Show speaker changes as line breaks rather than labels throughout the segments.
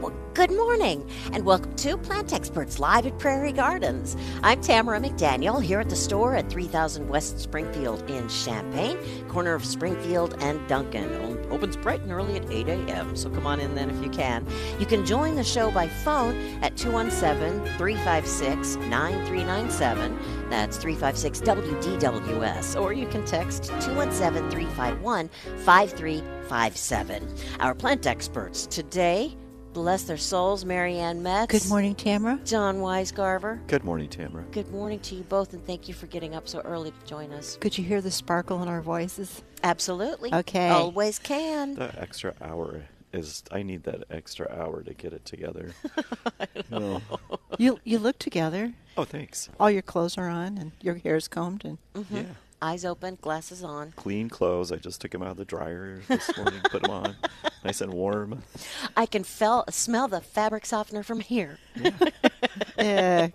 Well, good morning, and welcome to Plant Experts Live at Prairie Gardens. I'm Tamara McDaniel here at the store at 3000 West Springfield in Champaign, corner of Springfield and Duncan. O- Opens bright and early at 8 a.m., so come on in then if you can. You can join the show by phone at 217 356 9397. That's 356 WDWS, or you can text 217 351 5357. Our plant experts today. Bless their souls, Marianne Metz.
Good morning, Tamara.
John Weisgarver.
Good morning, Tamara.
Good morning to you both, and thank you for getting up so early to join us.
Could you hear the sparkle in our voices?
Absolutely.
Okay.
Always can.
That extra hour is. I need that extra hour to get it together. Oh.
You you look together.
Oh, thanks.
All your clothes are on, and your hair's combed, and
Yeah.
Eyes open, glasses on.
Clean clothes. I just took them out of the dryer this morning, put them on. Nice and warm.
I can fell, smell the fabric softener from here.
eh,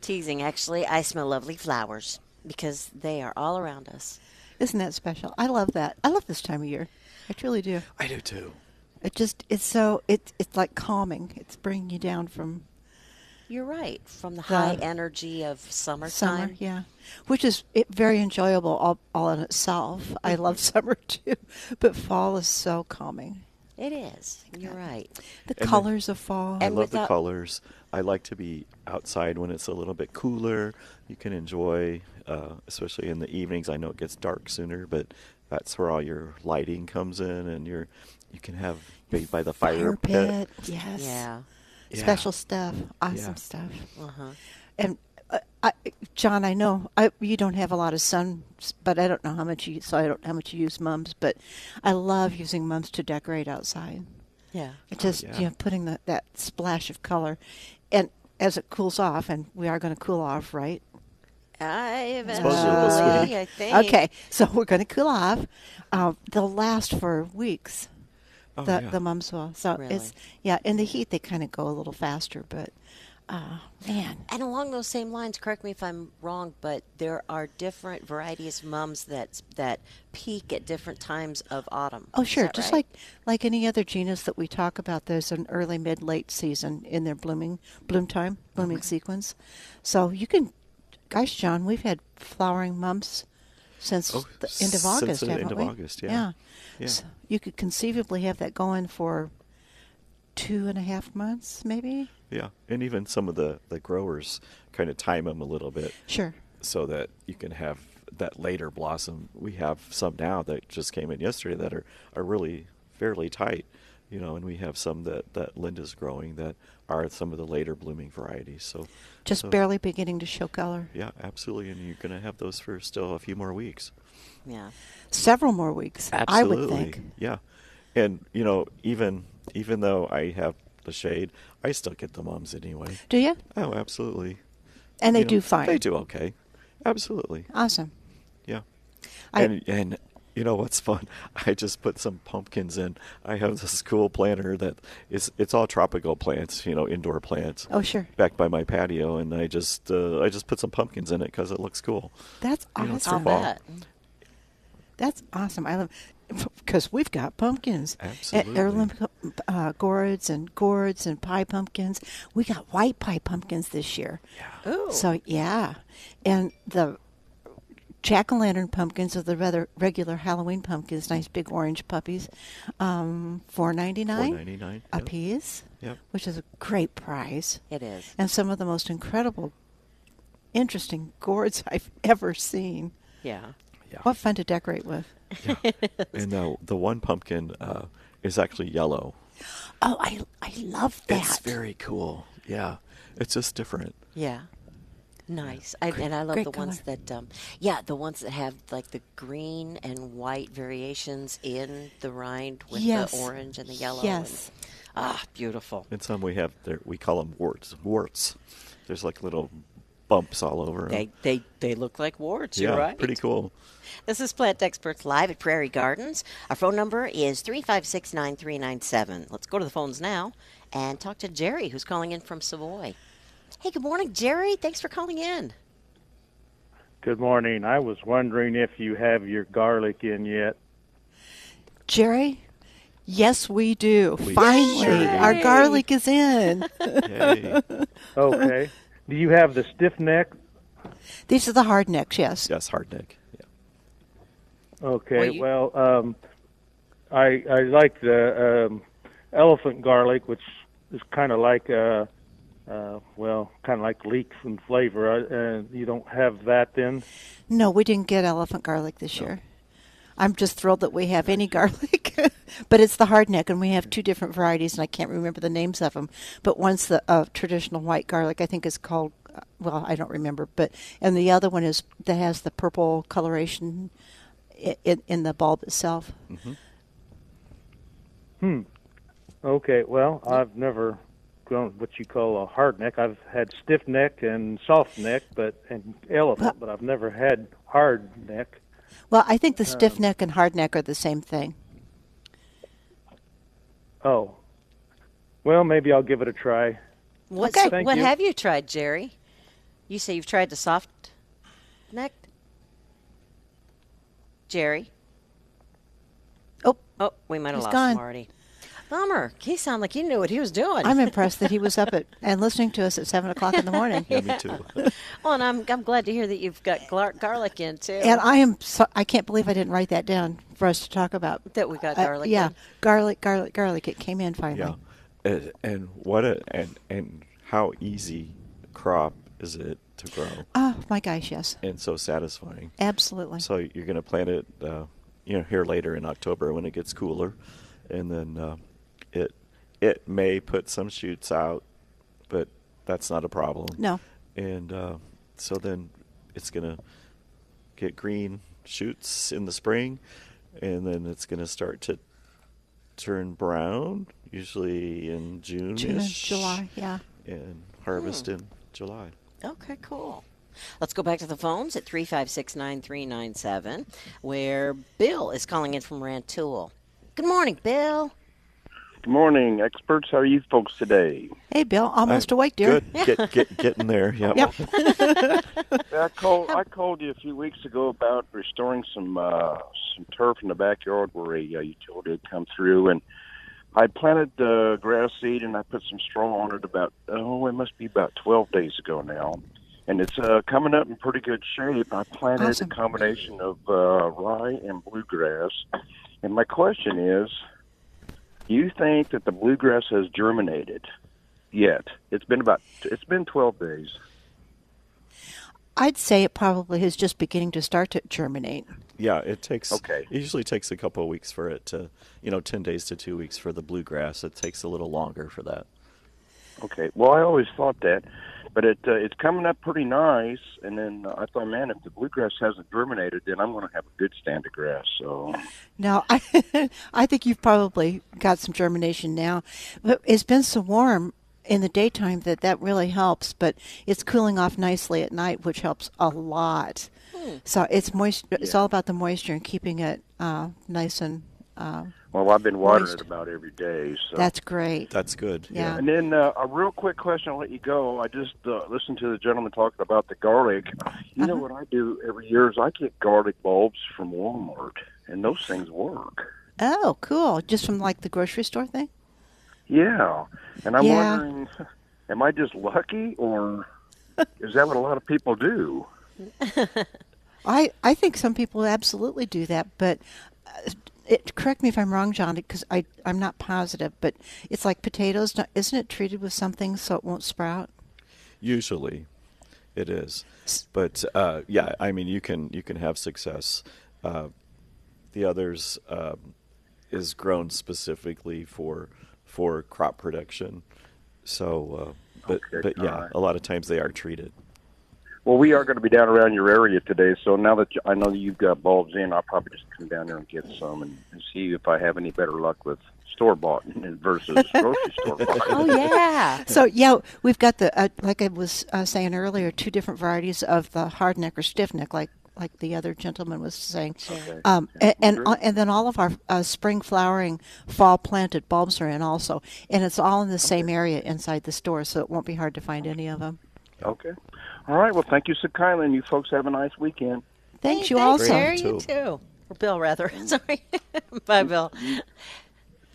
Teasing, actually. I smell lovely flowers because they are all around us.
isn't that special? I love that. I love this time of year. I truly do.
I do too.
It just it's so it's it's like calming. It's bringing you down from
You're right. From the high energy of summertime.
summer, yeah, which is it, very enjoyable all all in itself. I love summer too, but fall is so calming.
It is. You're right.
The colors of fall.
I
And
love
without-
the colors. I like to be outside when it's a little bit cooler. You can enjoy, uh, especially in the evenings. I know it gets dark sooner, but that's where all your lighting comes in, and your you can have be by the fire,
Fire
pit.
pit. Yes.
Yeah.
Yeah.
Special stuff. Awesome
Yeah.
stuff.
Uh-huh.
And uh, I, John, I know I, you don't have a lot of sun, but I don't know how much you. So I don't know how much you use mums, but I love using mums to decorate outside.
Yeah.
It just
Oh, yeah.
you know putting the, that splash of color, and as it cools off, and we are going to cool off, right? Uh,
I
supposed to this
eventually,
week.
I think.
Okay, so we're going to cool off. Uh, they'll last for weeks.
Oh,
the
yeah.
the mums will. So
Really?
it's yeah. In the heat, they kind of go a little faster, but uh, man,
And along those same lines, correct me if I'm wrong, but there are different varieties of mums that that peak at different times of autumn.
Oh,
Is
sure.
that
Just
right?
like like any other genus that we talk about, there's an early, mid, late season in their blooming bloom time, blooming
Mm-hmm.
sequence. So you can, gosh, John, we've had flowering mums since
Oh,
the end of
since
August,
the end
haven't
of
we?
August, yeah. Yeah.
So you could conceivably have that going for two and a half months, maybe.
Yeah, and even some of the the growers kind of time them a little bit
Sure.
so that you can have that later blossom. We have some now that just came in yesterday that are are really fairly tight, you know, and we have some that that Linda's growing that are some of the later blooming varieties. So
Just
so,
barely beginning to show color.
Yeah, absolutely, and you're going to have those for still a few more weeks.
yeah.
Several more weeks, I would think.
Yeah, and you know, even even though I have the shade, I still get the mums anyway.
Do you?
Oh, absolutely.
And they
you know,
do fine.
They do okay. Absolutely.
Awesome.
Yeah.
I-
and and you know what's fun? I just put some pumpkins in. I have this cool planter that is it's all tropical plants, you know, indoor plants.
Oh, sure.
Back by my patio, and I just uh, I just put some pumpkins in it because it looks cool.
That's
You
awesome.
know, it's
I'll
for fall.
bet.
That's awesome. I love because we've got pumpkins, And
Absolutely.
heirloom pu- uh, gourds and gourds and pie pumpkins. We got white pie pumpkins this year.
Yeah.
Ooh.
So yeah, and the jack o' lantern pumpkins are the rather regular Halloween pumpkins, nice big orange puppies, um, four ninety nine
$4.99,
a
yep.
piece,
Yep.
which is a great price
it is.
and some of the most incredible, interesting gourds I've ever seen.
Yeah.
Yeah.
What fun to decorate with!
And the the one pumpkin uh, is actually yellow.
Oh, I I love that.
It's very cool. Yeah. It's just different.
Yeah. Nice. I, and I love
great
the ones
color.
that, um, yeah, the ones that have like the green and white variations in the rind with
Yes.
the orange and the yellow. and-
Yes.
ah, beautiful.
And some we have, there, we call them warts. Warts. There's like little bumps all over 'em.
They, they, they look like warts.
yeah,
you're right.
pretty cool.
This is Plant Experts Live at Prairie Gardens. Our phone number is 356 9397. Let's go to the phones now and talk to Jerry, who's calling in from Savoy. Hey, good morning, Jerry. Thanks for calling in.
Good morning. I was wondering if you have your garlic in yet.
Jerry, yes, we do. Finally,
sure do.
our garlic is in.
Yay.
Okay. Do you have the stiff neck?
These are the hard necks, yes.
yes, hard neck. Yeah.
Okay.
Well, you-
Well, um, I I like the um, elephant garlic, which is kind of like uh, uh, well, kind of like leeks in flavor. Uh, uh, you don't have that then.
No, we didn't get elephant garlic this year. I'm just thrilled that we have any garlic, but it's the hard neck, and we have two different varieties, and I can't remember the names of them. But one's the uh, traditional white garlic, I think is called, uh, well, I don't remember, but and the other one is that has the purple coloration i in, in the bulb itself.
Okay. Well, I've never grown what you call a hard neck. I've had stiff neck and soft neck, but and elephant, but I've never had hard neck.
Well, I
Um,
think the stiff neck and hard neck are the same thing.
Oh. Well, maybe I'll give it a try.
What's,
Okay. Thank
what
you.
have you tried, Jerry? You say you've tried the soft neck? Jerry?
Oh,
Oh, we might have
He's
lost
gone.
Marty. Bummer. He sounded like he knew what he was doing.
I'm impressed that he was up at and listening to us at seven o'clock in the morning.
yeah, me too.
well, Oh, and I'm, I'm glad to hear that you've got gar- garlic in, too.
And I am so, I can't believe I didn't write that down for us to talk about.
that we got
Uh,
garlic
yeah,
in.
garlic, garlic, garlic. It came in finally.
Yeah, and, and what a and and how easy crop is it to grow,
Oh my gosh, yes,
and so satisfying.
absolutely.
So you're going to plant it, uh, you know, here later in October when it gets cooler, and then uh, it it may put some shoots out, but that's not a problem.
No.
And uh, so then it's going to get green shoots in the spring, and then it's going to start to turn brown, usually in June,
June, July, Hmm. yeah.
and harvest in July.
Okay, cool. Let's go back to the phones at 356 9397, where Bill is calling in from Rantoul. Good morning, Bill.
Good morning, experts. How are you folks today?
Hey, Bill, almost awake, dear.
Good, get, get getting there. Yep.
Yep.
I called. I called you a few weeks ago about restoring some uh, some turf in the backyard where a uh, utility had come through, and I planted uh, grass seed and I put some straw on it about oh, it must be about twelve days ago now, and it's uh, coming up in pretty good shape. I planted
Awesome.
a combination of uh, rye and bluegrass, and my question is, do you think that the bluegrass has germinated yet? It's been about it's been twelve days.
I'd say it probably is just beginning to start to germinate.
Yeah, it takes.
Okay.
It usually takes a couple of weeks for it to, you know, ten days to two weeks for the bluegrass. It takes a little longer for that.
Okay. Well, I always thought that, but it uh, it's coming up pretty nice. And then uh, I thought, man, if the bluegrass hasn't germinated, then I'm going to have a good stand of grass. So
No, I, I think you've probably got some germination now. But it's been so warm in the daytime that that really helps, but it's cooling off nicely at night, which helps a lot. So it's moist. It's all about the moisture and keeping it uh, nice and uh,
well, I've been watering
Moist.
it about every day. So
that's great.
That's good.
yeah.
And then uh, a real quick question. I'll let you go. I just uh, listened to the gentleman talking about the garlic. You
Uh-huh.
know what I do every year is I get garlic bulbs from Walmart, and those things work.
Oh, cool. Just from like the grocery store thing?
Yeah, and I'm
Yeah.
wondering, am I just lucky, or is that what a lot of people do?
I, I think some people absolutely do that, but uh, it, correct me if I'm wrong, John, because I, I'm not positive, but it's like potatoes. no- Isn't it treated with something so it won't sprout?
Usually, it is. But uh, yeah, I mean, you can you can have success. Uh, the others um, is grown specifically for for crop production. So, uh, but but yeah, a lot of times they are treated.
Well, we are going to be down around your area today, so now that you, I know that you've got bulbs in, I'll probably just come down there and get some and, and see if I have any better luck with store bought versus grocery store bought.
Oh yeah.
So yeah, we've got the uh, like I was uh, saying earlier, two different varieties of the hard neck or stiff neck, like like the other gentleman was saying. Um, and and, uh, and then all of our uh, spring flowering, fall planted bulbs are in also, and it's all in the same area inside the store, so it won't be hard to find any of them.
Okay. All right. Well, thank you so kindly, and you folks have a nice weekend.
Thanks
Hey,
you
thanks,
also.
Harry, you too. Or Bill, rather. Sorry. Bye, Bill.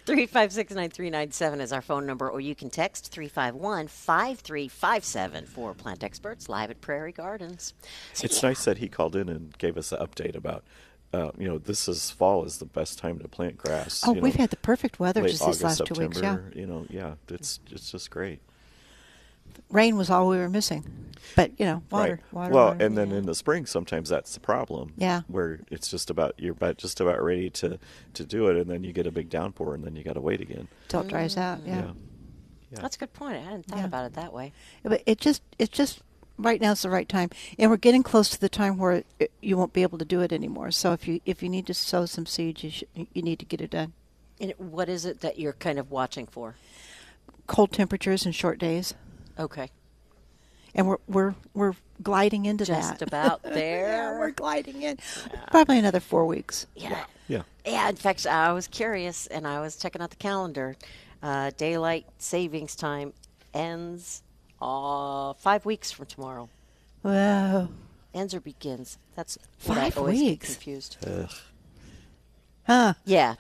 356 9397 is our phone number, or you can text 351 5357 for Plant Experts live at Prairie Gardens.
It's nice that he called in and gave us an update about, uh, you know, this is fall is the best time to plant grass.
Oh,
you
we've
know,
had the perfect weather
late
just
August,
these last two
September,
weeks. Yeah,
You know, yeah, it's it's just great.
rain was all we were missing, but you know, water,
right.
water.
well,
water.
and then in the spring, sometimes that's the problem.
Yeah.
Where it's just about you're about just about ready to to do it, and then you get a big downpour, and then you got to wait again.
till it dries out. Yeah.
Yeah.
That's a good point. I hadn't thought
Yeah.
about it that way.
but it just it just right now's the right time, and we're getting close to the time where it, you won't be able to do it anymore. So if you if you need to sow some seeds, you should, you need to get it done.
And what is it that you're kind of watching for?
Cold temperatures and short days,
Okay.
and we're we're we're gliding into
Just
that.
about
yeah,
there.
we're gliding in. Probably another four weeks.
yeah.
Yeah.
Yeah, in fact, I was curious and I was checking out the calendar. Uh, daylight savings time ends uh, five weeks from tomorrow.
Wow.
Ends or begins? That's what I
Five
always get
weeks?
confused.
Huh.
Yeah,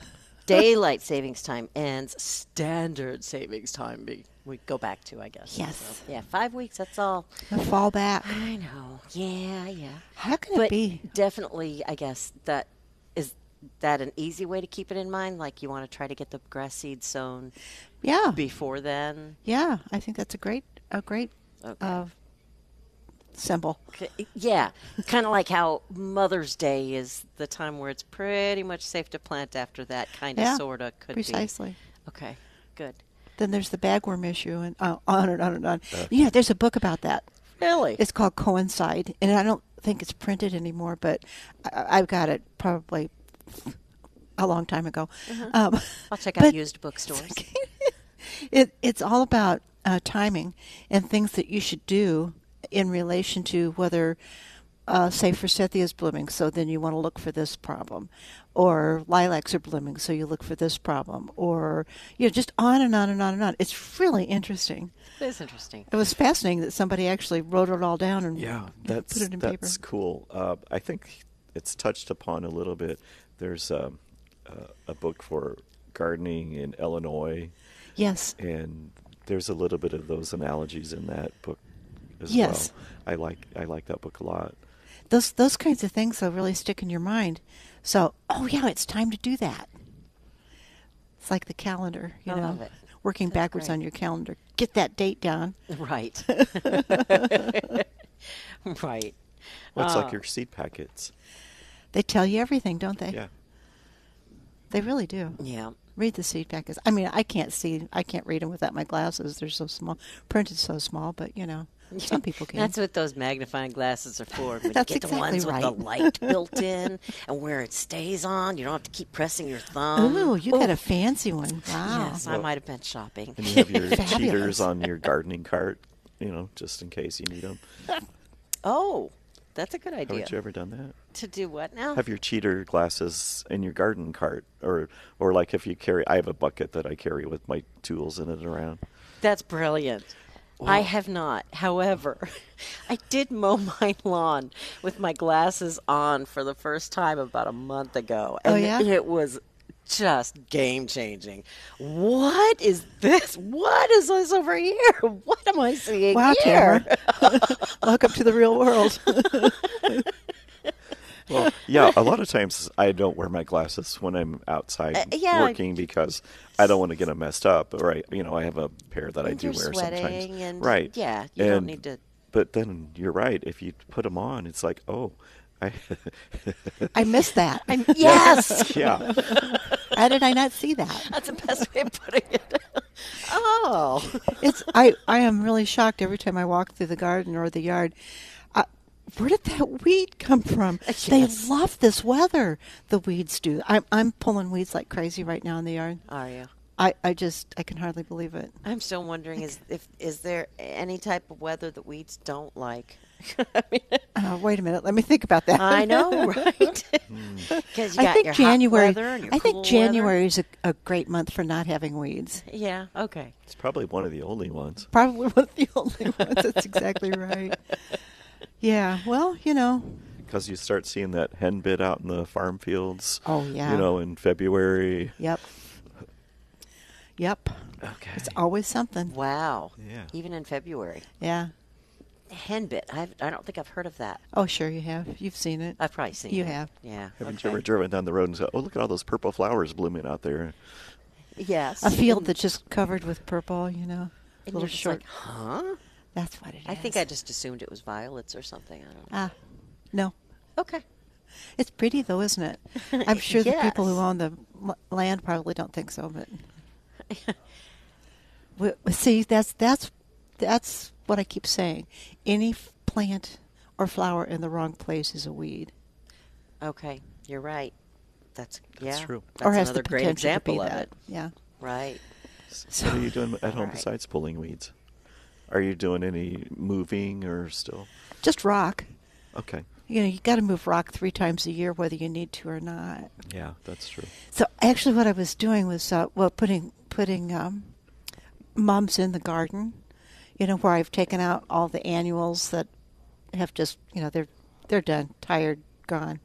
daylight savings time ends. Standard savings time be, we go back to, I guess.
Yes.
Yeah, five weeks. That's all.
The fall back.
I know. Yeah, yeah.
How can it
But
be?
definitely, I guess that is that an easy way to keep it in mind. Like you want to try to get the grass seed sown
Yeah.
before then.
Yeah. I think that's a great a great
Okay.
uh, symbol.
K- Yeah, kind of like how Mother's Day is the time where it's pretty much safe to plant after that. Kind of,
Yeah,
sort of, could
Precisely.
be. Okay, good.
Then there's the bagworm issue, and uh, on and on and on. yeah, there's a book about that.
Really?
It's called Coincide, and I don't think it's printed anymore, but I, I've got it probably a long time ago. Um,
Uh-huh. I'll check
but-
out used bookstores.
it, it's all about uh, timing and things that you should do in relation to whether, uh, say, forsythia is blooming, so then you want to look for this problem, or lilacs are blooming, so you look for this problem, or you know, just on and on and on and on. It's really interesting.
It is interesting.
It was fascinating that somebody actually wrote it all down and
Yeah,
put
that's
it in paper.
that's cool. Uh, I think it's touched upon a little bit. There's um, uh, a book for gardening in Illinois,
Yes,
and there's a little bit of those analogies in that book as
Yes.
well. I like I like that book a lot.
those those kinds of things will really stick in your mind. So, oh yeah, it's time to do that. It's like the calendar, you
I
know,
love it.
working backwards
great.
on your calendar. Get that date down.
Right. right.
Well, it's like your seed packets.
They tell you everything, don't they?
Yeah,
They really do.
Yeah.
Read the seed packets. I mean, I can't see. I can't read them without my glasses. They're so small. Printed so small, but you know, some people can.
That's what those magnifying glasses are for. When
That's
you get the
exactly
ones with
right.
the light built in and where it stays on, you don't have to keep pressing your thumb. Oh,
Ooh, you got a fancy one. Wow.
Yes, I might have been shopping.
and you have your
Fabulous.
cheaters on your gardening cart. You know, just in case you need them.
Oh, that's a good idea.
Haven't you ever done that?
to do what now?
have your cheater glasses in your garden cart or or like if you carry i have a bucket that i carry with my tools in it around
That's brilliant. I have not. However, I did mow my lawn with my glasses on for the first time about a month ago. And
Oh, yeah?
it was just game changing. What is this? What is this over here? What am I seeing
Wow,
here?
Tamara. Welcome to the real world.
well yeah a lot of times i don't wear my glasses when i'm outside
Uh, yeah, I-
working because i don't want to get them messed up or i you know i have a pair that i
And
do
you're
wear
sweating
sometimes
and-
right
yeah, you don't
And-
need to-
but then you're right if you put them on it's like oh I,
I missed that.
Yes,
yeah
e- How did I not see that?
that's the best way of putting it. oh,
It's I, I am really shocked every time I walk through the garden or the yard. I, where did that weed come from? They
Uh, Yes.
love this weather. The weeds do. I'm, I'm pulling weeds like crazy right now in the yard.
Are you?
I, I just, I can hardly believe it.
I'm still wondering is if is there any type of weather that weeds don't like? I mean,
Uh, wait a minute. Let me think about that.
I know, right? Because you got
Mm. I think
your
January.
hot weather and your cool
I think
weather.
January is a, a great month for not having weeds.
Yeah. Okay.
It's probably one of the only ones.
Probably one of the only ones. That's exactly right. Yeah. Well, you know,
because you start seeing that hen bit out in the farm fields.
Oh, yeah.
you know in February.
Yep. Yep.
Okay.
It's always something.
Wow.
Yeah.
Even in February,
Yeah.
henbit. I've, I don't think I've heard of that.
Oh, sure you have. You've seen it.
I've probably seen.
You
it.
have.
Yeah.
Haven't
okay.
you ever driven down the road and said, "Oh, look at all those purple flowers blooming out there"?
Yes.
A field
And-
that's just covered with purple, you know.
and
little
you're just like,
short.
huh?
That's what it is.
I think I just assumed it was violets or something. I don't know.
Ah, no.
Okay.
It's pretty, though, isn't it? I'm sure the people who
Yes.
own the l- land probably don't think so, but. W- See, that's that's that's what I keep saying. Any f- plant or flower in the wrong place is a weed,
Okay. You're right. That's yeah.
That's true.
That's
or has
another
the
great
potential
example
to be
of
that.
it.
Yeah.
Right.
what are you doing at home
Right.
besides pulling weeds? Are you doing any moving or still?
Just rock.
Okay.
You know, you got to move rock three times a year, whether you need to or not.
Yeah, that's true.
So actually, what I was doing was uh, well, putting putting um, mums in the garden. You know, where I've taken out all the annuals that have just you know they're they're done, tired, gone,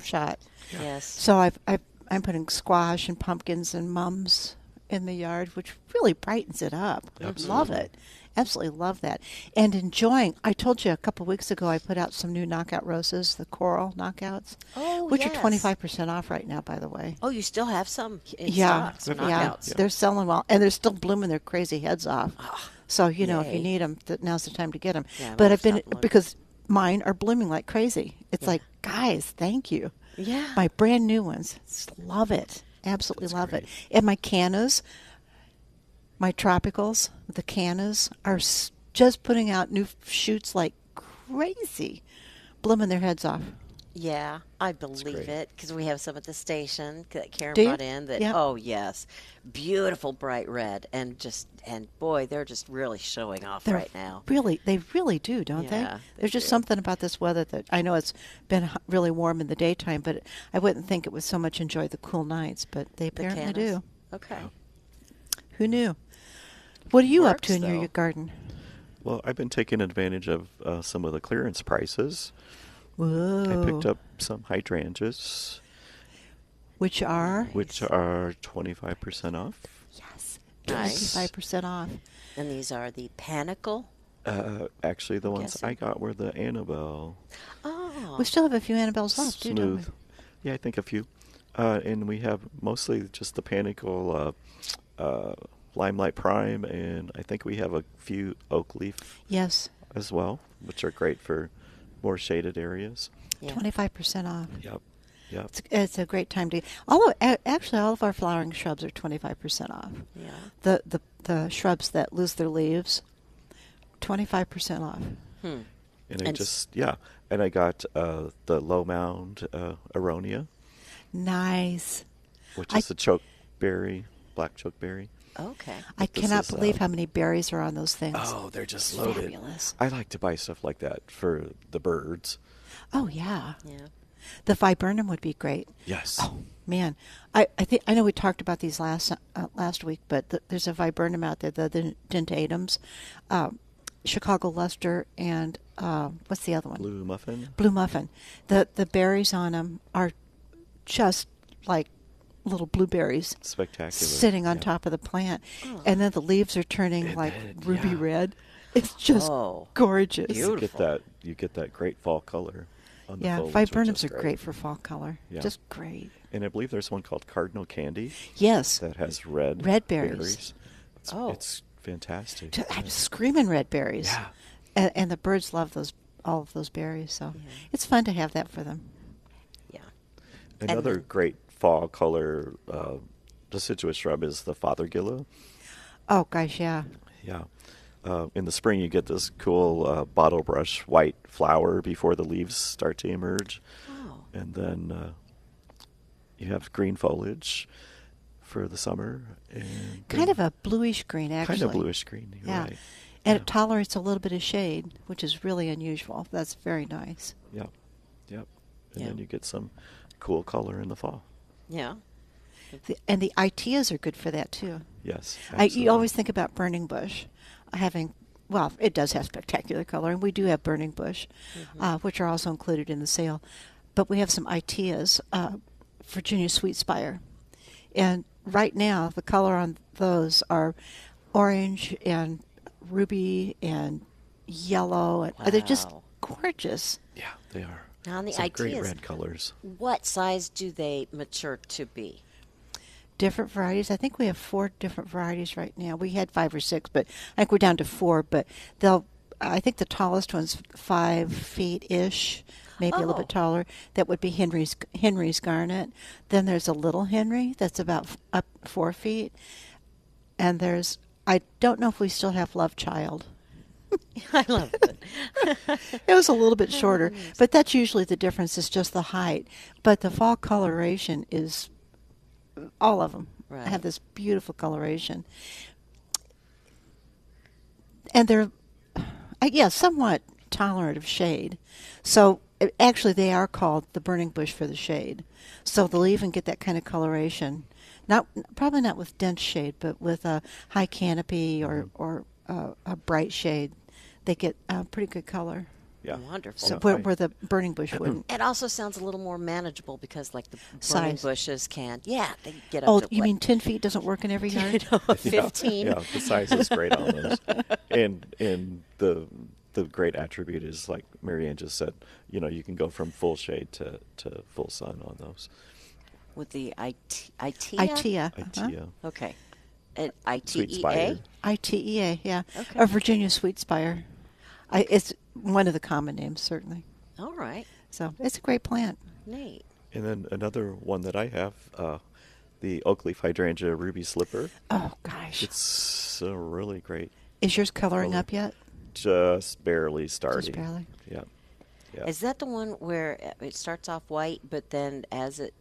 shot.
Yes.
So I've, I've I'm putting squash and pumpkins and mums in the yard, which really brightens it up. Love it, absolutely love that, and enjoying. I told you a couple weeks ago I put out some new knockout roses, the coral knockouts,
Oh,
which
yes.
are twenty five percent off right now, by the way.
Oh, you still have some in
Yeah,
stock, some
yeah,
knockouts.
they're selling well, and they're still blooming their crazy heads off. So you know, if
Ah, Yay.
you need them, th- now's the time to get them.
Yeah, I'm
but
gonna
I've been
stop and look.
because mine are blooming like crazy. It's like, guys, thank you.
Yeah.
my brand new ones, Just love it, absolutely love it. And my cannas, my tropicals, the cannas are s- just putting out new shoots like crazy, blooming their heads off.
Yeah, I believe
great.
it because we have some at the station that Karen
Do you?
brought in. That
Yeah.
oh yes, beautiful bright red and just and boy, they're just really showing off
They're
right now.
Really, they really do, don't
Yeah,
they?
they
There's just
do.
something about this weather that I know it's been h- really warm in the daytime, but I wouldn't think it would so much enjoy the cool nights, but they
The
apparently
cannas.
do.
Okay.
Who knew? What are you up
Works,
to in your,
though.
your garden?
Well, I've been taking advantage of uh, some of the clearance prices.
Whoa.
I picked up some hydrangeas,
Which are
which are 25% off.
yes,
Nice.
25% off.
And these are the panicle.
Uh, actually, the ones
guessing.
I got were the Annabelle.
Oh,
We still have a few Annabelle's left, too, don't we?
smooth. Yeah, I think a few. Uh, and we have mostly just the Panicle uh, uh, Limelight Prime, and I think we have a few Oak Leaf
Yes,
as well, which are great for more shaded areas.
yeah.
25% off.
Yep. Yep.
It's, it's a great time to. All of, a- actually, all of our flowering shrubs are twenty five percent off.
Yeah.
The, the the shrubs that lose their leaves, twenty five percent off.
And I
And s-
just, yeah. And I got uh, the Low Mound uh, Aronia,
Nice.
which
I-
is a chokeberry, black chokeberry.
Okay.
I
This
cannot
is,
believe
uh,
how many berries are on those things.
Oh, they're just
It's
loaded.
fabulous.
I like to buy stuff like that for the birds.
Oh yeah.
Yeah.
The viburnum would be great.
Yes.
Oh man, I, I think I know we talked about these last uh, last week, but th- there's a viburnum out there, the, the dentatum's, um, Chicago luster, and uh, what's the other one?
Blue muffin.
blue muffin. The the berries on them are just like little blueberries
Spectacular.
sitting on
Yeah.
top of the plant, and then the leaves are turning like
then,
ruby
yeah.
red. It's just
Oh.
gorgeous.
You get
Beautiful.
that. You get that great fall color. On the
Yeah,
foliage, which
viburnums
is
are
great.
great for fall color.
Yeah.
Just great.
And I believe there's one called Cardinal Candy
Yes,
that has red
Red berries.
It's,
Oh.
it's fantastic.
Ju- I'm screaming red berries.
Yeah.
And, and the birds love those all of those berries. So it's fun to have that for them.
Yeah.
Another
then-
great fall color uh, deciduous shrub is the Fathergilla.
Oh gosh, yeah.
Yeah, uh, in the spring you get this cool uh, bottle brush white flower before the leaves start to emerge,
Oh.
and then uh, you have green foliage for the summer. And
Kind
then-
of a bluish green, actually.
kind of bluish green. You're
Yeah.
right.
And it tolerates a little bit of shade, which is really unusual. That's very nice.
Yep. Yep. And
Yeah.
then you get some cool color in the fall.
Yeah.
The, and the ITEAs are good for that, too.
Yes.
I, you always
absolutely.
think about burning bush having, well, it does have spectacular color, and we do have burning bush, uh, which are also included in the sale. But we have some ITEAs, uh, Virginia Sweet Spire. And right now, the color on those are orange and ruby and yellow. And They're just
Wow.
gorgeous.
Yeah, they are.
Now, and the
some
idea
great
is-
red colors.
What size do they mature to be?
different varieties. I think we have four different varieties right now. We had five or six, but I think we're down to four. But they'll, I think the tallest one's five feet ish, maybe a little
Oh.
bit taller. That would be Henry's Henry's garnet. Then there's a little Henry that's about f- up four feet, and there's I don't know if we still have Love Child.
I love it.
It was a little bit shorter, but that's usually the difference. Is just the height, but the fall coloration is all of them
Right.
have this beautiful coloration, and they're uh, yeah somewhat tolerant of shade. So uh, actually, they are called the burning bush for the shade. So they'll even get that kind of coloration. Not probably not with dense shade, but with a high canopy or or uh, a bright shade, they get uh, pretty good color.
Yeah.
Wonderful.
So
Yeah,
where,
I-
where the burning bush wouldn't.
It also sounds a little more manageable because, like, the burning
Size.
bushes can't. Yeah, they get up
Oh,
to
you
what,
mean ten feet doesn't work in every yard?
Yeah,
15?
Yeah, the size is great on those. and and the the great attribute is like Marianne just said, you know, you can go from full shade to, to full sun on those.
with the IT, ITEA?
ITEA. uh-huh.
Idea.
Okay. And E
Sweet spider.
ITEA?
ITEA, E yeah.
Okay.
Or Virginia Sweet Spire. I, it's one of the common names, certainly.
All right.
So it's a great plant.
Neat.
And then another one that I have, uh, the oak leaf hydrangea ruby slipper.
Oh, gosh.
It's a really great,
Is yours coloring up yet?
just barely starting.
barely.
Yeah. Yeah.
Is that the one where uh, it starts off white, but then as it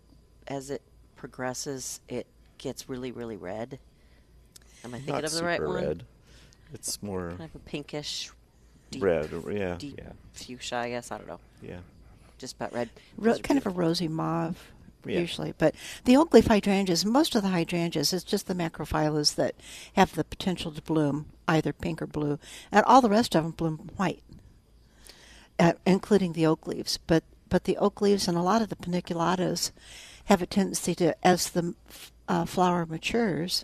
as it progresses, it gets really, really red? Am I thinking
Not
of the
super
right one?
red. It's more
Kind of a pinkish, deep,
red. Yeah.
deep
Yeah.
fuchsia, I guess. I don't know.
Yeah.
Just about red.
Ro-
Those are
kind of a
beautiful.
rosy mauve,
Yeah.
usually. But the oak leaf hydrangeas, most of the hydrangeas, it's just the macrophyllus that have the potential to bloom either pink or blue. And all the rest of them bloom white, uh, including the oak leaves. But, but the oak leaves and a lot of the paniculatas have a tendency to, as the uh, flower matures,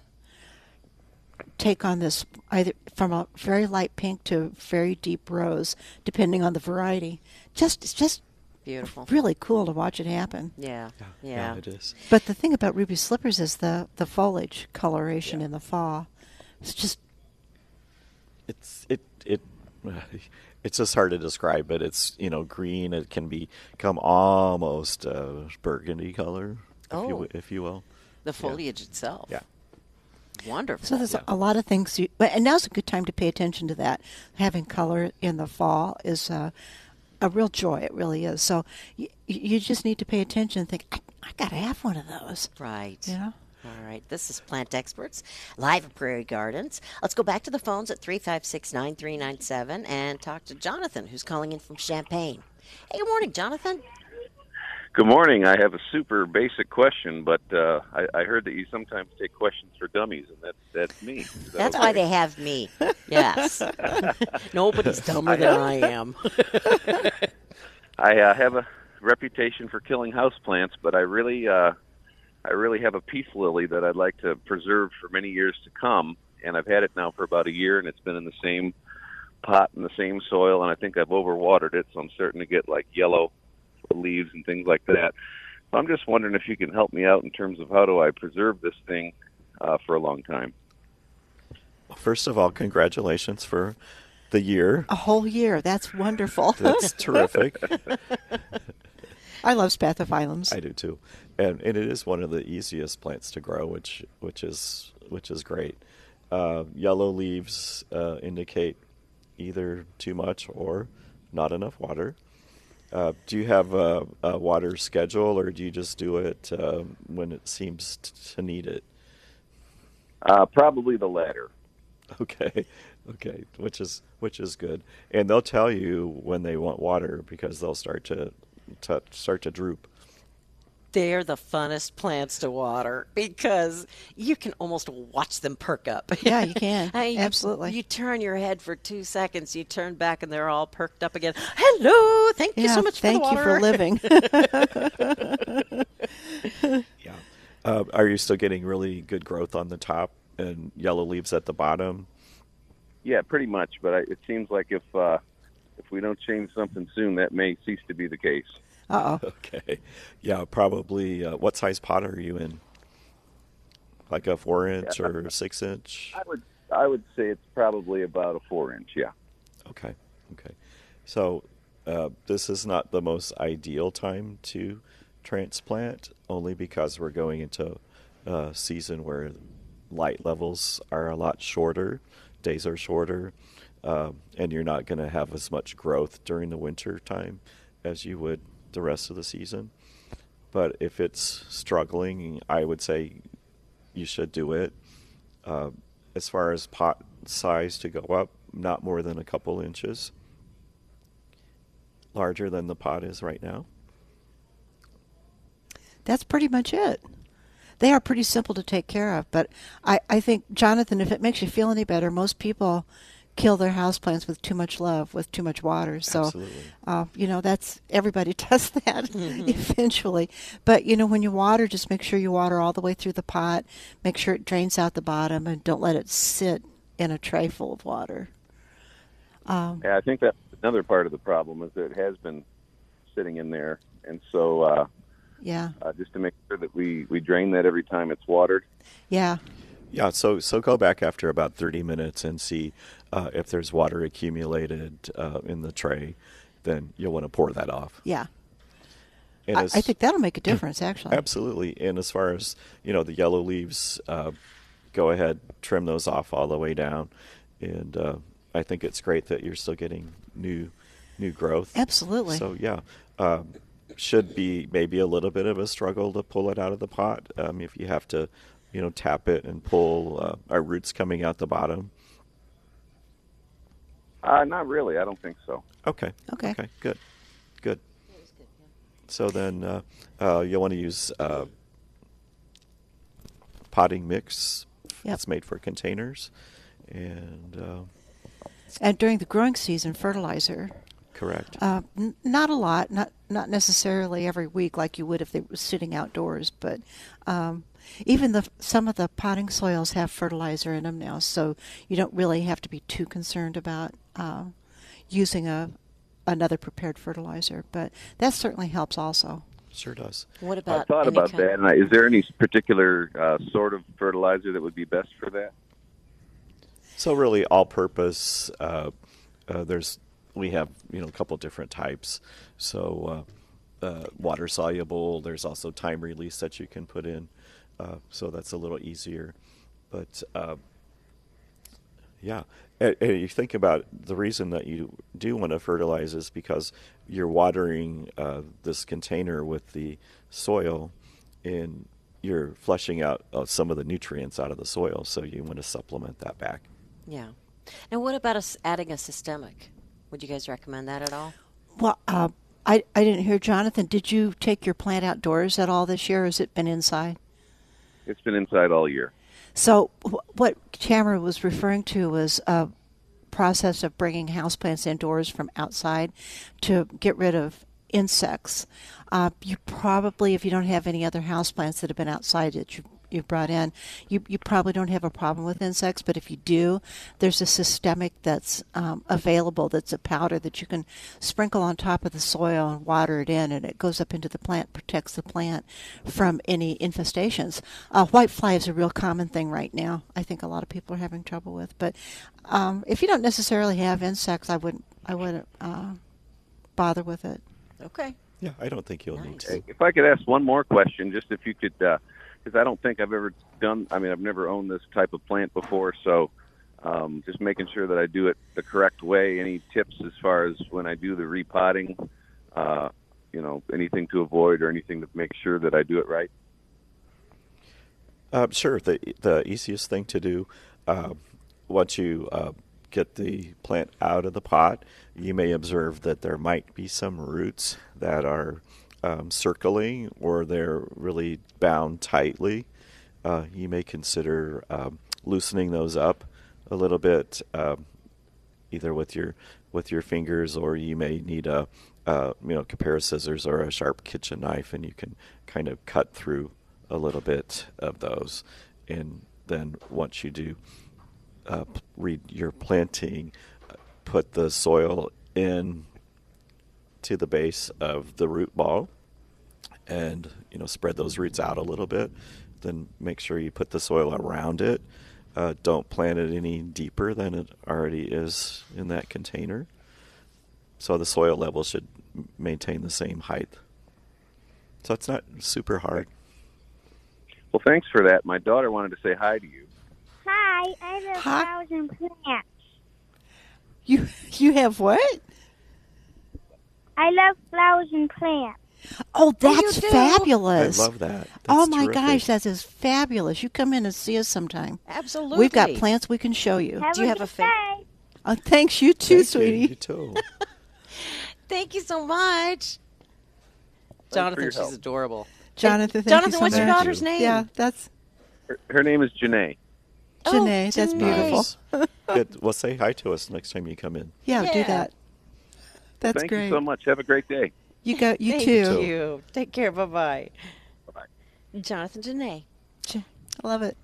take on this either from a very light pink to very deep rose depending on the variety just it's just
Beautiful.
really cool to watch it happen.
Yeah. Yeah.
yeah. It is.
But the thing about ruby slippers is the the foliage coloration in the fall. It's just
it's it it it's just hard to describe but it's you know green it can be become almost a burgundy color if, you,
Oh.
wi- if you will
The foliage itself.
yeah
Wonderful.
so there's a lot of things. You, but and now's a good time to pay attention to that. Having color in the fall is a a real joy. It really is. So you, you just need to pay attention and think I, I got to have one of those.
Right.
You know.
All right. This is Plant Experts live at Prairie Gardens. Let's go back to the phones at 356 9397 and talk to Jonathan, who's calling in from Champaign. Hey, good morning, Jonathan.
Good morning. I have a super basic question, but uh, I, I heard that you sometimes take questions for dummies, and that, that's me. Is that
That's
okay?
why they have me. Yes. Nobody's dumber than I am.
I uh, have a reputation for killing houseplants, but I really, uh, I really have a peace lily that I'd like to preserve for many years to come. And I've had it now for about a year, and it's been in the same pot in the same soil, and I think I've overwatered it, so I'm starting to get like yellow leaves and things like that. So I'm just wondering if you can help me out in terms of how do I preserve this thing uh, for a long time.
first of all congratulations for the year
A whole year. That's wonderful.
that's terrific
I love spathiphyllums.
i do too and, and it is one of the easiest plants to grow which which is which is great Uh, yellow leaves uh, indicate either too much or not enough water. Uh, do you have a, a water schedule, or do you just do it uh, when it seems t- to need it?
Uh, probably the latter.
Okay, okay, which is which is good, and they'll tell you when they want water because they'll start to, to start to droop.
They're the funnest plants to water because you can almost watch them perk up.
Yeah, you can.
I mean, you-
Absolutely.
You, turn your head for two seconds, you turn back, and they're all perked up again. Hello, thank you
Yeah,
so much
thank
for the water.
you for living.
Yeah. Uh, are you still getting really good growth on the top and yellow leaves at the bottom?
Yeah, pretty much. But I, it seems like if uh, if we don't change something soon, that may cease to be the case.
Uh oh.
Okay. Yeah, probably. Uh, what size pot are you in? Like a four inch or six inch?
I would I would say it's probably about a four inch. Yeah.
Okay. Okay. So uh, this is not the most ideal time to transplant, only because we're going into a season where light levels are a lot shorter, days are shorter, um, and you're not going to have as much growth during the winter time as you would the rest of the season. But if it's struggling, I would say you should do it as far as pot size to go up, not more than a couple inches larger than the pot is right now.
That's pretty much it. They are pretty simple to take care of, but I, I think Jonathan, if it makes you feel any better, most people kill their houseplants with too much love, with too much water. So,
Absolutely.
uh, you know, that's everybody does that eventually. But you know, when you water, just make sure you water all the way through the pot. Make sure it drains out the bottom, and don't let it sit in a tray full of water.
Yeah, I think that another part of the problem is that it has been sitting in there, and so uh,
Yeah,
uh, just to make sure that we we drain that every time it's watered.
yeah,
Yeah, so so go back after about 30 minutes and see uh, if there's water accumulated uh, in the tray. Then you'll want to pour that off.
yeah.
And
I,
as-
I think that'll make a difference, actually.
Absolutely. And as far as, you know, the yellow leaves, uh, go ahead, trim those off all the way down. And uh, I think it's great that you're still getting new new growth.
Absolutely.
So, yeah. Um, should be maybe a little bit of a struggle to pull it out of the pot um, if you have to, you know, tap it and pull uh, our roots coming out the bottom.
Uh, not really. I don't think so.
Okay.
Okay.
Okay. Good. Good. So then uh, uh, you'll want to use uh, potting mix.
Yep.
It's made for containers, and uh,
And during the growing season, fertilizer.
correct.
Uh, n- not a lot, not not necessarily every week like you would if they were sitting outdoors, but um, even the some of the potting soils have fertilizer in them now, so you don't really have to be too concerned about uh, using a another prepared fertilizer. But that certainly helps also.
sure does.
What
Uh,
about
I thought
any
about
kind-
that. And I, is there any particular uh, sort of fertilizer that would be best for that?
So really, all-purpose. Uh, uh, there's we have you know a couple different types. So uh, uh, water soluble. There's also time release that you can put in. Uh, so that's a little easier, but uh, yeah. And, and you think about the reason that you do want to fertilize is because you're watering uh, this container with the soil, and you're flushing out uh, some of the nutrients out of the soil. So you want to supplement that back.
Yeah. And what about us adding a systemic? Would you guys recommend that at all?
Well, uh, I I didn't hear Jonathan. Did you take your plant outdoors at all this year? Or has it been inside?
It's been inside all year.
So wh- what Tamara was referring to was a process of bringing houseplants indoors from outside to get rid of insects. Uh, you probably, if you don't have any other houseplants that have been outside that you you brought in, you, you probably don't have a problem with insects. But if you do, there's a systemic that's um, available that's a powder that you can sprinkle on top of the soil and water it in, and it goes up into the plant, protects the plant from any infestations. Uh, white fly is a real common thing right now. I think a lot of people are having trouble with. But um, if you don't necessarily have insects, I wouldn't I wouldn't uh, bother with it.
Okay.
Yeah, I don't think you'll need
Nice.
to.
If uh, I could ask one more question, just if you could, because I don't think I've ever done. I mean, I've never owned this type of plant before, so um, just making sure that I do it the correct way. Any tips as far as when I do the repotting? Uh, you know, anything to avoid or anything to make sure that I do it right?
Uh, sure. The the easiest thing to do uh, once you uh, get the plant out of the pot, you may observe that there might be some roots that are um, circling or they're really bound tightly. Uh, you may consider um, loosening those up a little bit, um, either with your with your fingers, or you may need a uh, you know, a pair of scissors or a sharp kitchen knife, and you can kind of cut through a little bit of those. And then once you do uh, p- read your planting, uh, put the soil in to the base of the root ball, and you know spread those roots out a little bit. Then make sure you put the soil around it. Uh, don't plant it any deeper than it already is in that container. So the soil level should m- maintain the same height. So it's not super hard.
Well, thanks for that. My daughter wanted to say hi to you.
Hi, I have a
Hi.
thousand plants.
You you have what?
I love flowers and plants.
Oh, that's
do?
fabulous.
I love that.
oh
That's
my
terrific.
gosh, that is fabulous. You come in and see us sometime.
Absolutely.
We've got plants we can show you.
Have
Do you have a
good
fa-
day.
Oh, thanks you too,
Thank you.
sweetie.
You too.
Thank you so much. Jonathan,
your
she's
help.
adorable.
Jonathan, thank
Jonathan,
you so
what's your
much.
daughter's name?
Yeah, that's
Her, her name is Janae.
Oh,
Janae. that's
Janae.
beautiful.
Nice. Good. Well, say hi to us next time you come in.
Yeah, do
Yeah.
that. That's
Thank
great.
you so much. Have a great day.
You go. You
Thank
too.
you. Take care. Bye bye. Jonathan Janae.
I love it.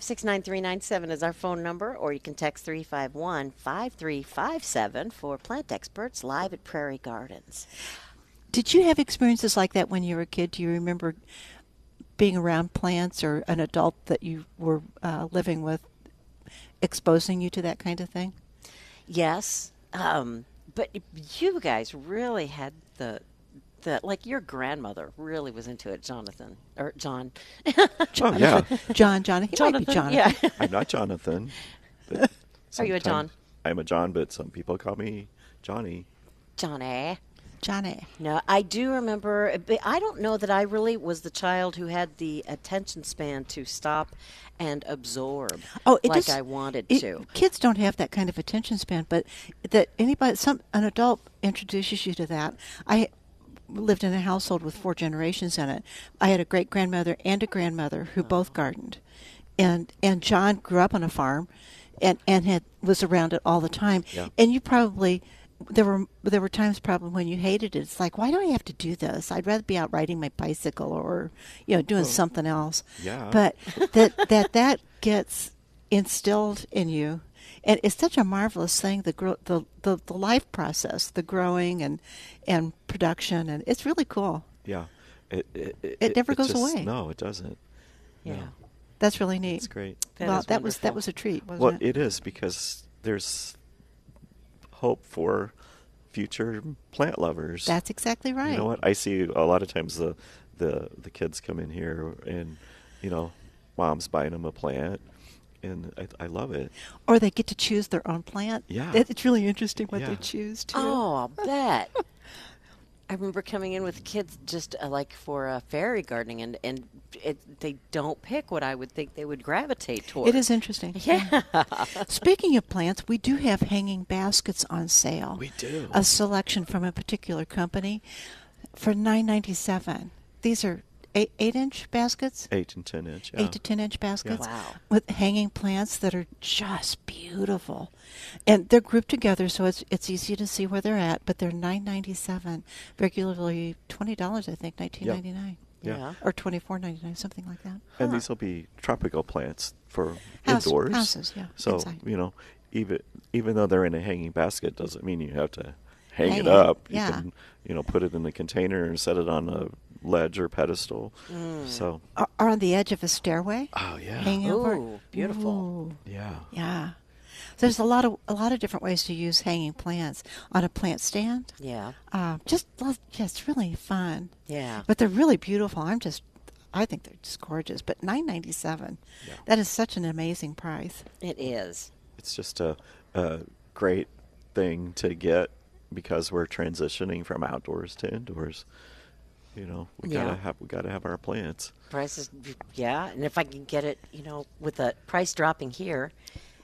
3569397 is our phone number, or you can text 351 5357 for plant experts live at Prairie Gardens.
Did you have experiences like that when you were a kid? Do you remember being around plants or an adult that you were uh, living with exposing you to that kind of thing?
Yes, um, but you guys really had the the like your grandmother really was into it, Jonathan or John.
Oh yeah.
John, John, he might be Jonathan.
yeah.
I'm not Jonathan. but
Are you a John?
sometime- I'm a John, but some people call me Johnny.
Johnny.
Johnny.
No, I do remember. uh, but I don't know that I really was the child who had the attention span to stop and absorb
Oh, it
like
just-
I wanted
it-
to.
Kids don't have that kind of attention span, but that anybody, some an adult introduces you to that. I lived in a household with four generations in it. I had a great grandmother and a grandmother
Oh.
who both gardened, and and John grew up on a farm, and and had was around it all the time.
Yeah.
And you probably. There were there were times probably when you hated it. It's like, why do I have to do this? I'd rather be out riding my bicycle or, you know, doing something else.
yeah.
But but that that that gets instilled in you and it's such a marvelous thing the grow the, the the life process the growing and and production and it's really cool
Yeah. It it, it,
never goes
just-
away.
No, it doesn't.
Yeah.
No,
that's really neat
it's great.
That
well
is
that was that
wonderful.
was a treat wasn't
Well,
it
it is because there's hope for future plant lovers.
that's exactly right
You know what? I see a lot of times the the the kids come in here and you know, mom's buying them a plant, and I, I love it.
or they get to choose their own plant
Yeah.
It- it's really interesting what they
Yeah.
choose too
Oh, I'll bet. I remember coming in with kids just uh, like for uh, fairy gardening, and and it, they don't pick what I would think they would gravitate toward.
it is interesting yeah speaking of plants we do have hanging baskets on sale
We do.
a selection from a particular company for nine ninety seven. These are eight, eight inch baskets,
Eight and ten inch. Yeah.
eight to ten inch baskets
Wow.
with hanging plants that are just beautiful, and they're grouped together so it's it's easy to see where they're at. But they're nine ninety seven, regularly twenty dollars, I think, nineteen ninety nine.
Yeah.
Yeah.
Or twenty four ninety nine, something like that.
And these will be tropical plants for
House-
indoors.
houses, yeah,
So
inside.
you know, even even though they're in a hanging basket, doesn't mean you have to hang,
Hang
it
it,
up.
yeah.
You can you know put it in a container and set it on a ledge or pedestal.
Mm.
So
Are, are on the edge of a stairway.
oh yeah,
Hanging over.
Ooh, beautiful.
Ooh.
yeah.
Yeah. There's a lot of a lot of different ways to use hanging plants on a plant stand.
Yeah.
Uh, just lo- yeah, it's really fun.
Yeah.
But they're really beautiful. I'm just I think they're just gorgeous. But nine ninety seven, that is such an amazing price.
It is.
it's just a, a great thing to get because we're transitioning from outdoors to indoors. You know, we
Yeah.
gotta have we gotta have our plants.
prices yeah and if i can get it you know with a price dropping here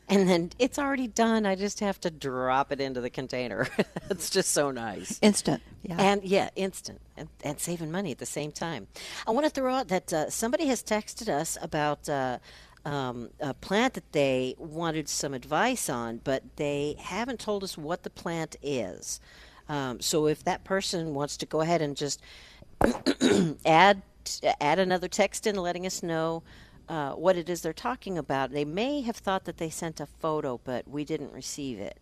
and then it's already done i just have to drop it into the container it's just so nice
Instant. Yeah.
and yeah instant and, and saving money at the same time i want to throw out that uh, somebody has texted us about uh, um, a plant that they wanted some advice on but they haven't told us what the plant is um, so if that person wants to go ahead and just add add another text in letting us know uh, what it is they're talking about. They may have thought that they sent a photo, but we didn't receive it.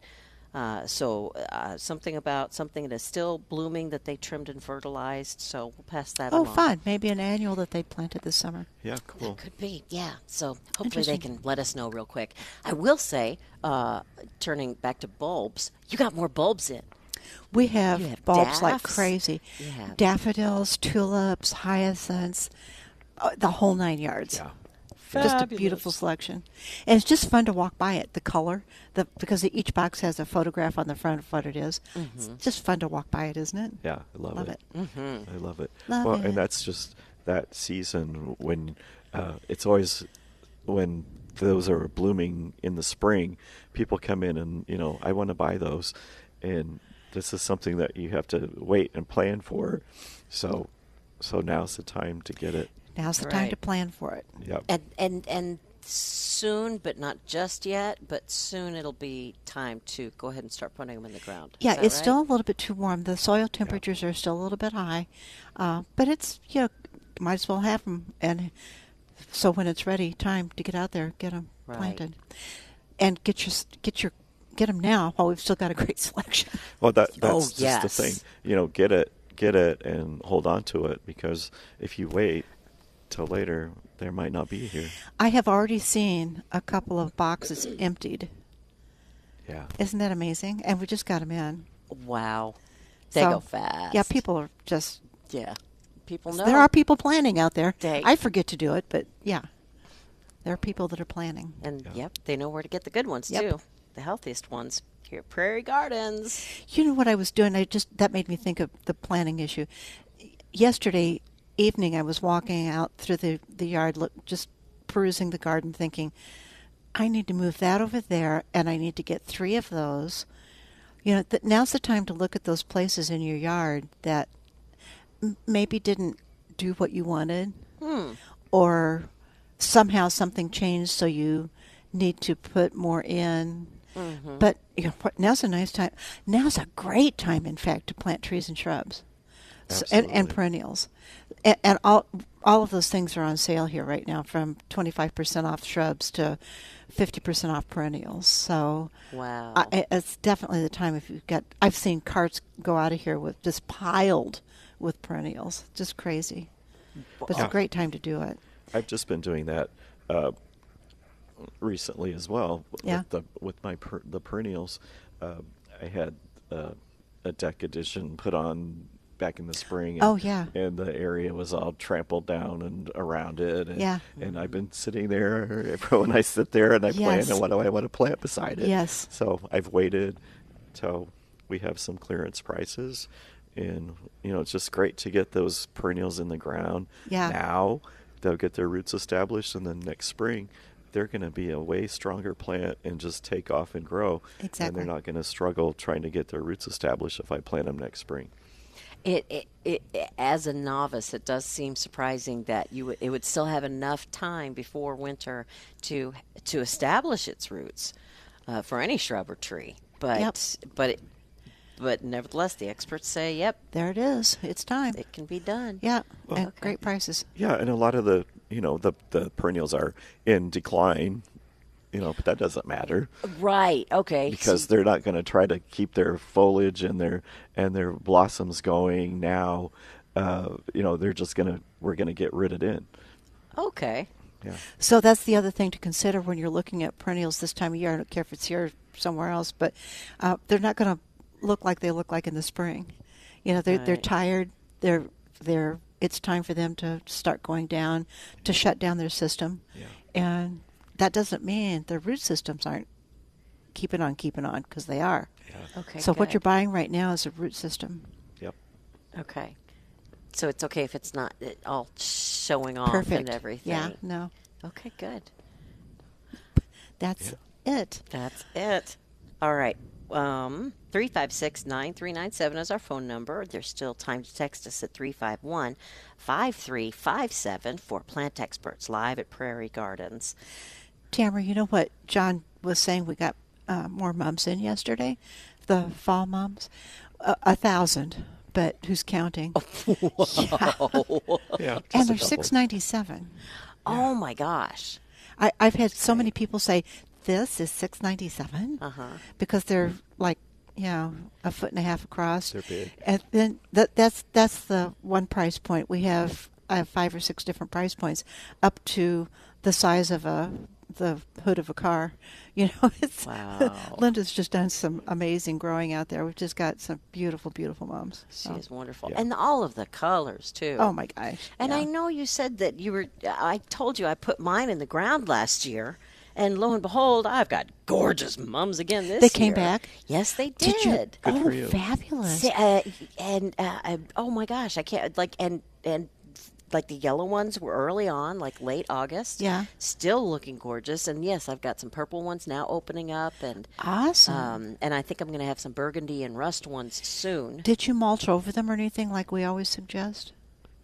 Uh, so uh, something about something that is still blooming that they trimmed and fertilized. So we'll pass that.
oh,
along.
fun! Maybe an annual that they planted this summer.
Yeah, cool.
Could be, yeah. So hopefully they can let us know real quick. I will say, uh, turning back to bulbs, you got more bulbs in.
We have,
You have
bulbs
daffs.
like crazy.
You have-
Daffodils, tulips, hyacinths, uh, the whole nine yards.
Yeah.
Just a beautiful selection, and it's just fun to walk by it. The color, the because each box has a photograph on the front of what it is.
Mm-hmm.
It's just fun to walk by it, isn't it?
Yeah, I love,
Love
it. Mm-hmm. I love it.
Love
well,
it.
and that's just that season when uh, it's always when those are blooming in the spring. People come in and you know I want to buy those, and this is something that you have to wait and plan for. So, so now's the time to get it.
Now's the time to
Right.
plan for it.
Yep.
and and and soon, but not just yet. But soon it'll be time to go ahead and start putting them in the ground. Is
Yeah,
that
it's
right?
still a little bit too warm. The soil temperatures are still a little bit high, uh, but it's you know might as well have them. And so when it's ready, time to get out there, get them
Right.
planted, and get your s- get your get them now while we've still got a great selection.
Well, that that's
Oh,
just the
yes.
thing. You know, get it, get it, and hold on to it because if you wait till later, there might not be here.
I have already seen a couple of boxes emptied.
Yeah.
Isn't that amazing? And we just got them in.
Wow, they
So,
go fast.
Yeah, people are just
Yeah, people know.
there are people planning out there.
They-
I forget to do it, but yeah, there are people that are planning.
and yep, they know where to get the good ones
Yep.
too, the healthiest ones here at Prairie Gardens.
You know what I was doing? I just that made me think of the planning issue. Yesterday evening, I was walking out through the the yard, look, just perusing the garden, thinking, I need to move that over there, and I need to get three of those. You know, th- now's the time to look at those places in your yard that m- maybe didn't do what you wanted, or somehow something changed, so you need to put more in. But you know, what- now's a nice time. Now's a great time, in fact, to plant trees and shrubs, so, and, and
Absolutely.
perennials, and, and all all of those things are on sale here right now, from twenty five percent off shrubs to fifty percent off perennials. So
Wow.
I- I, it's definitely the time if you've got. I've seen carts go out of here with just piled with perennials, just crazy. But it's a great time to do it.
I've just been doing that uh, recently as well.
Yeah.
With, the, with my per, the perennials, uh, I had uh, a deck edition put on back in the spring. And,
Oh, yeah.
And the area was all trampled down and around it. And,
Yeah.
And I've been sitting there. When I sit there and I plant,
Yes.
and what do I want to plant beside it?
Yes.
So I've waited till we have some clearance prices. And you know, it's just great to get those perennials in the ground
Yeah.
now they'll get their roots established and then next spring they're going to be a way stronger plant and just take off and grow and
Exactly.
they're not going to struggle trying to get their roots established if i plant them next spring
It, it, it, it- as a novice, it does seem surprising that you would- it would still have enough time before winter to to establish its roots uh, for any shrub or tree. But but it, but nevertheless, the experts say, yep,
There it is. It's time.
it can be done.
Yeah, and great prices.
yeah and a lot of the you know the, the perennials are in decline you know but that doesn't matter
Right. Okay.
because they're not going to try to keep their foliage and their and their blossoms going now uh, you know they're just going to we're going to get rid of it in
okay.
yeah
So that's the other thing to consider when you're looking at perennials this time of year. I don't care if it's here or somewhere else, but uh, they're not going to look like they look like in the spring. You know, they're they're tired. They're they're it's time for them to start going down, to shut down their system.
Yeah.
And that doesn't mean their root systems aren't keeping on keeping on because they are.
Okay.
so what
good.
you're buying right now is a root system.
Yep.
Okay. So it's okay if it's not it all showing off
Perfect.
and everything.
Yeah. No.
Okay, good.
That's it.
That's it. All right. Um, 356-9397 is our phone number. There's still time to text us at 351-5357 for Plant Experts live at Prairie Gardens.
Tamara, you know what John was saying? We got uh, more mums in yesterday, the fall mums, a, a thousand. But who's counting?
Yeah. just
and
a
they're
couple.
six ninety seven.
Oh my gosh.
I, I've had so many people say this is six ninety seven
Uh-huh.
because they're like you know a foot and a half across.
They're big.
And then that that's that's the one price point we have. I have five or six different price points up to the size of a the hood of a car. You know, it's
Wow.
Linda's just done some amazing growing out there. We've just got some beautiful, beautiful moms.
She
So-
is wonderful. And all of the colors too.
Oh my gosh!
And
yeah.
I know you said that you were. I told you I put mine in the ground last year, and lo and behold, I've got gorgeous mums again this
They came
year.
back?
Yes, they did.
did you? oh,
for you.
fabulous!
See, uh, and uh, I, oh my gosh, I can't like and and like the yellow ones were early on, like late August.
Yeah.
still looking gorgeous. And yes, I've got some purple ones now opening up, and
Awesome.
um, and I think I'm going to have some burgundy and rust ones soon.
Did you mulch over them or anything like we always suggest?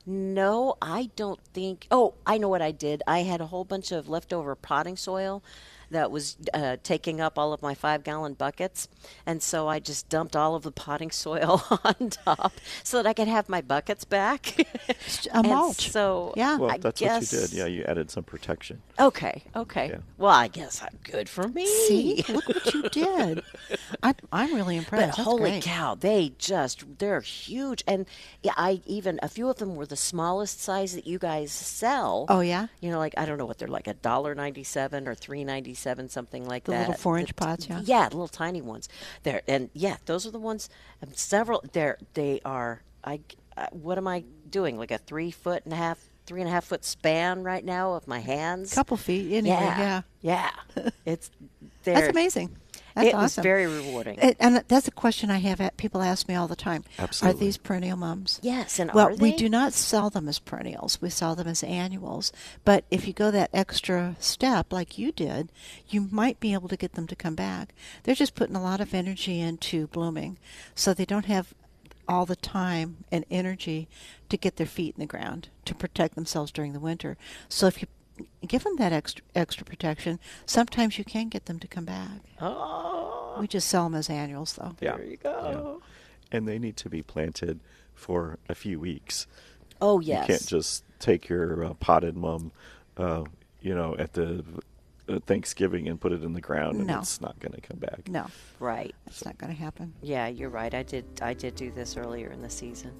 No, I don't think. Oh, I know what I did. I had a whole bunch of leftover potting soil that was uh, taking up all of my five gallon buckets. And so I just dumped all of the potting soil on top so that I could have my buckets back.
A
And
mulch.
So
Yeah.
Well,
I
that's
guess,
what you did. Yeah, you added some protection.
Okay. Okay.
Yeah.
Well, I guess I'm good for me.
See, look what you did. I, I'm really impressed.
But
That's
holy
great.
cow, they just they're huge, and yeah, I even a few of them were the smallest size that you guys sell.
Oh, yeah?
you know, like I don't know what they're like a dollar ninety seven or three ninety seven, something like
The
that.
little four-inch
t-
pots, yeah?
yeah, the little tiny ones. There and yeah, those are the ones. Um, several there they are. I uh, what am I doing? Like a three foot and a half, three and a half foot span right now of my hands.
Couple feet, anyway. Yeah,
yeah, yeah. it's they're-
that's amazing. That's
it was
awesome.
very rewarding.
And- and that's a question I have. At, people ask me all the time. Are
Absolutely.
these perennial mums?
Yes, and
well,
are
we
they?
do not sell them as perennials. We sell them as annuals. But if you go that extra step, like you did, you might be able to get them to come back. They're just putting a lot of energy into blooming, so they don't have all the time and energy to get their feet in the ground to protect themselves during the winter. So if you give them that extra extra protection, sometimes you can get them to come back.
Oh,
We just sell them as annuals, though.
Yeah. There you go. And they need to be planted for a few weeks.
oh yes.
You can't just take your uh, potted mum, uh, you know, at the uh, Thanksgiving and put it in the ground, and
No.
it's not going to come back.
No,
right.
that's not going to happen.
Yeah, you're right. I did. I did do this earlier in the season.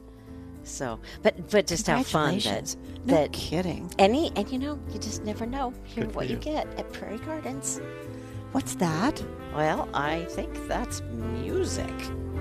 So, but but just how fun that
Congratulations. No
that
kidding.
any and you know you just never know. Hear
Good for
what you
you.
get at Prairie Gardens.
What's that?
Well, I think that's music.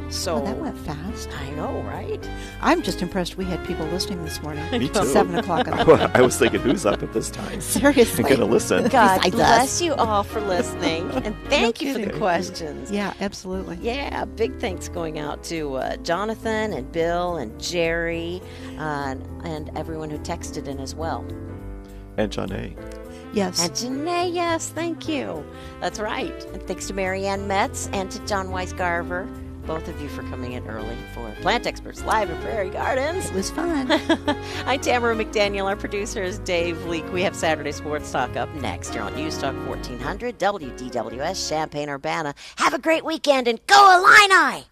So
Oh, that went fast.
I know, right?
I'm just impressed we had people listening this morning.
Me too.
Seven o'clock in the morning.
I was thinking, who's up at this time?
Seriously.
I'm going to listen.
God
Besides
bless
us.
you all for listening, and thank you for the
kidding.
questions.
Yeah, absolutely.
Yeah, big thanks going out to uh, Jonathan and Bill and Jerry uh, and, and everyone who texted in as well.
And John A.
Yes.
And Janae, yes, thank you. That's right. And thanks to Marianne Metz and to John Weisgarver, both of you for coming in early for Plant Experts Live at Prairie Gardens.
it was fun.
I'm Tamara McDaniel. Our producer is Dave Leake. We have Saturday Sports Talk up next here on News Talk 1400 WDWS Champaign Urbana. Have a great weekend and go Illini!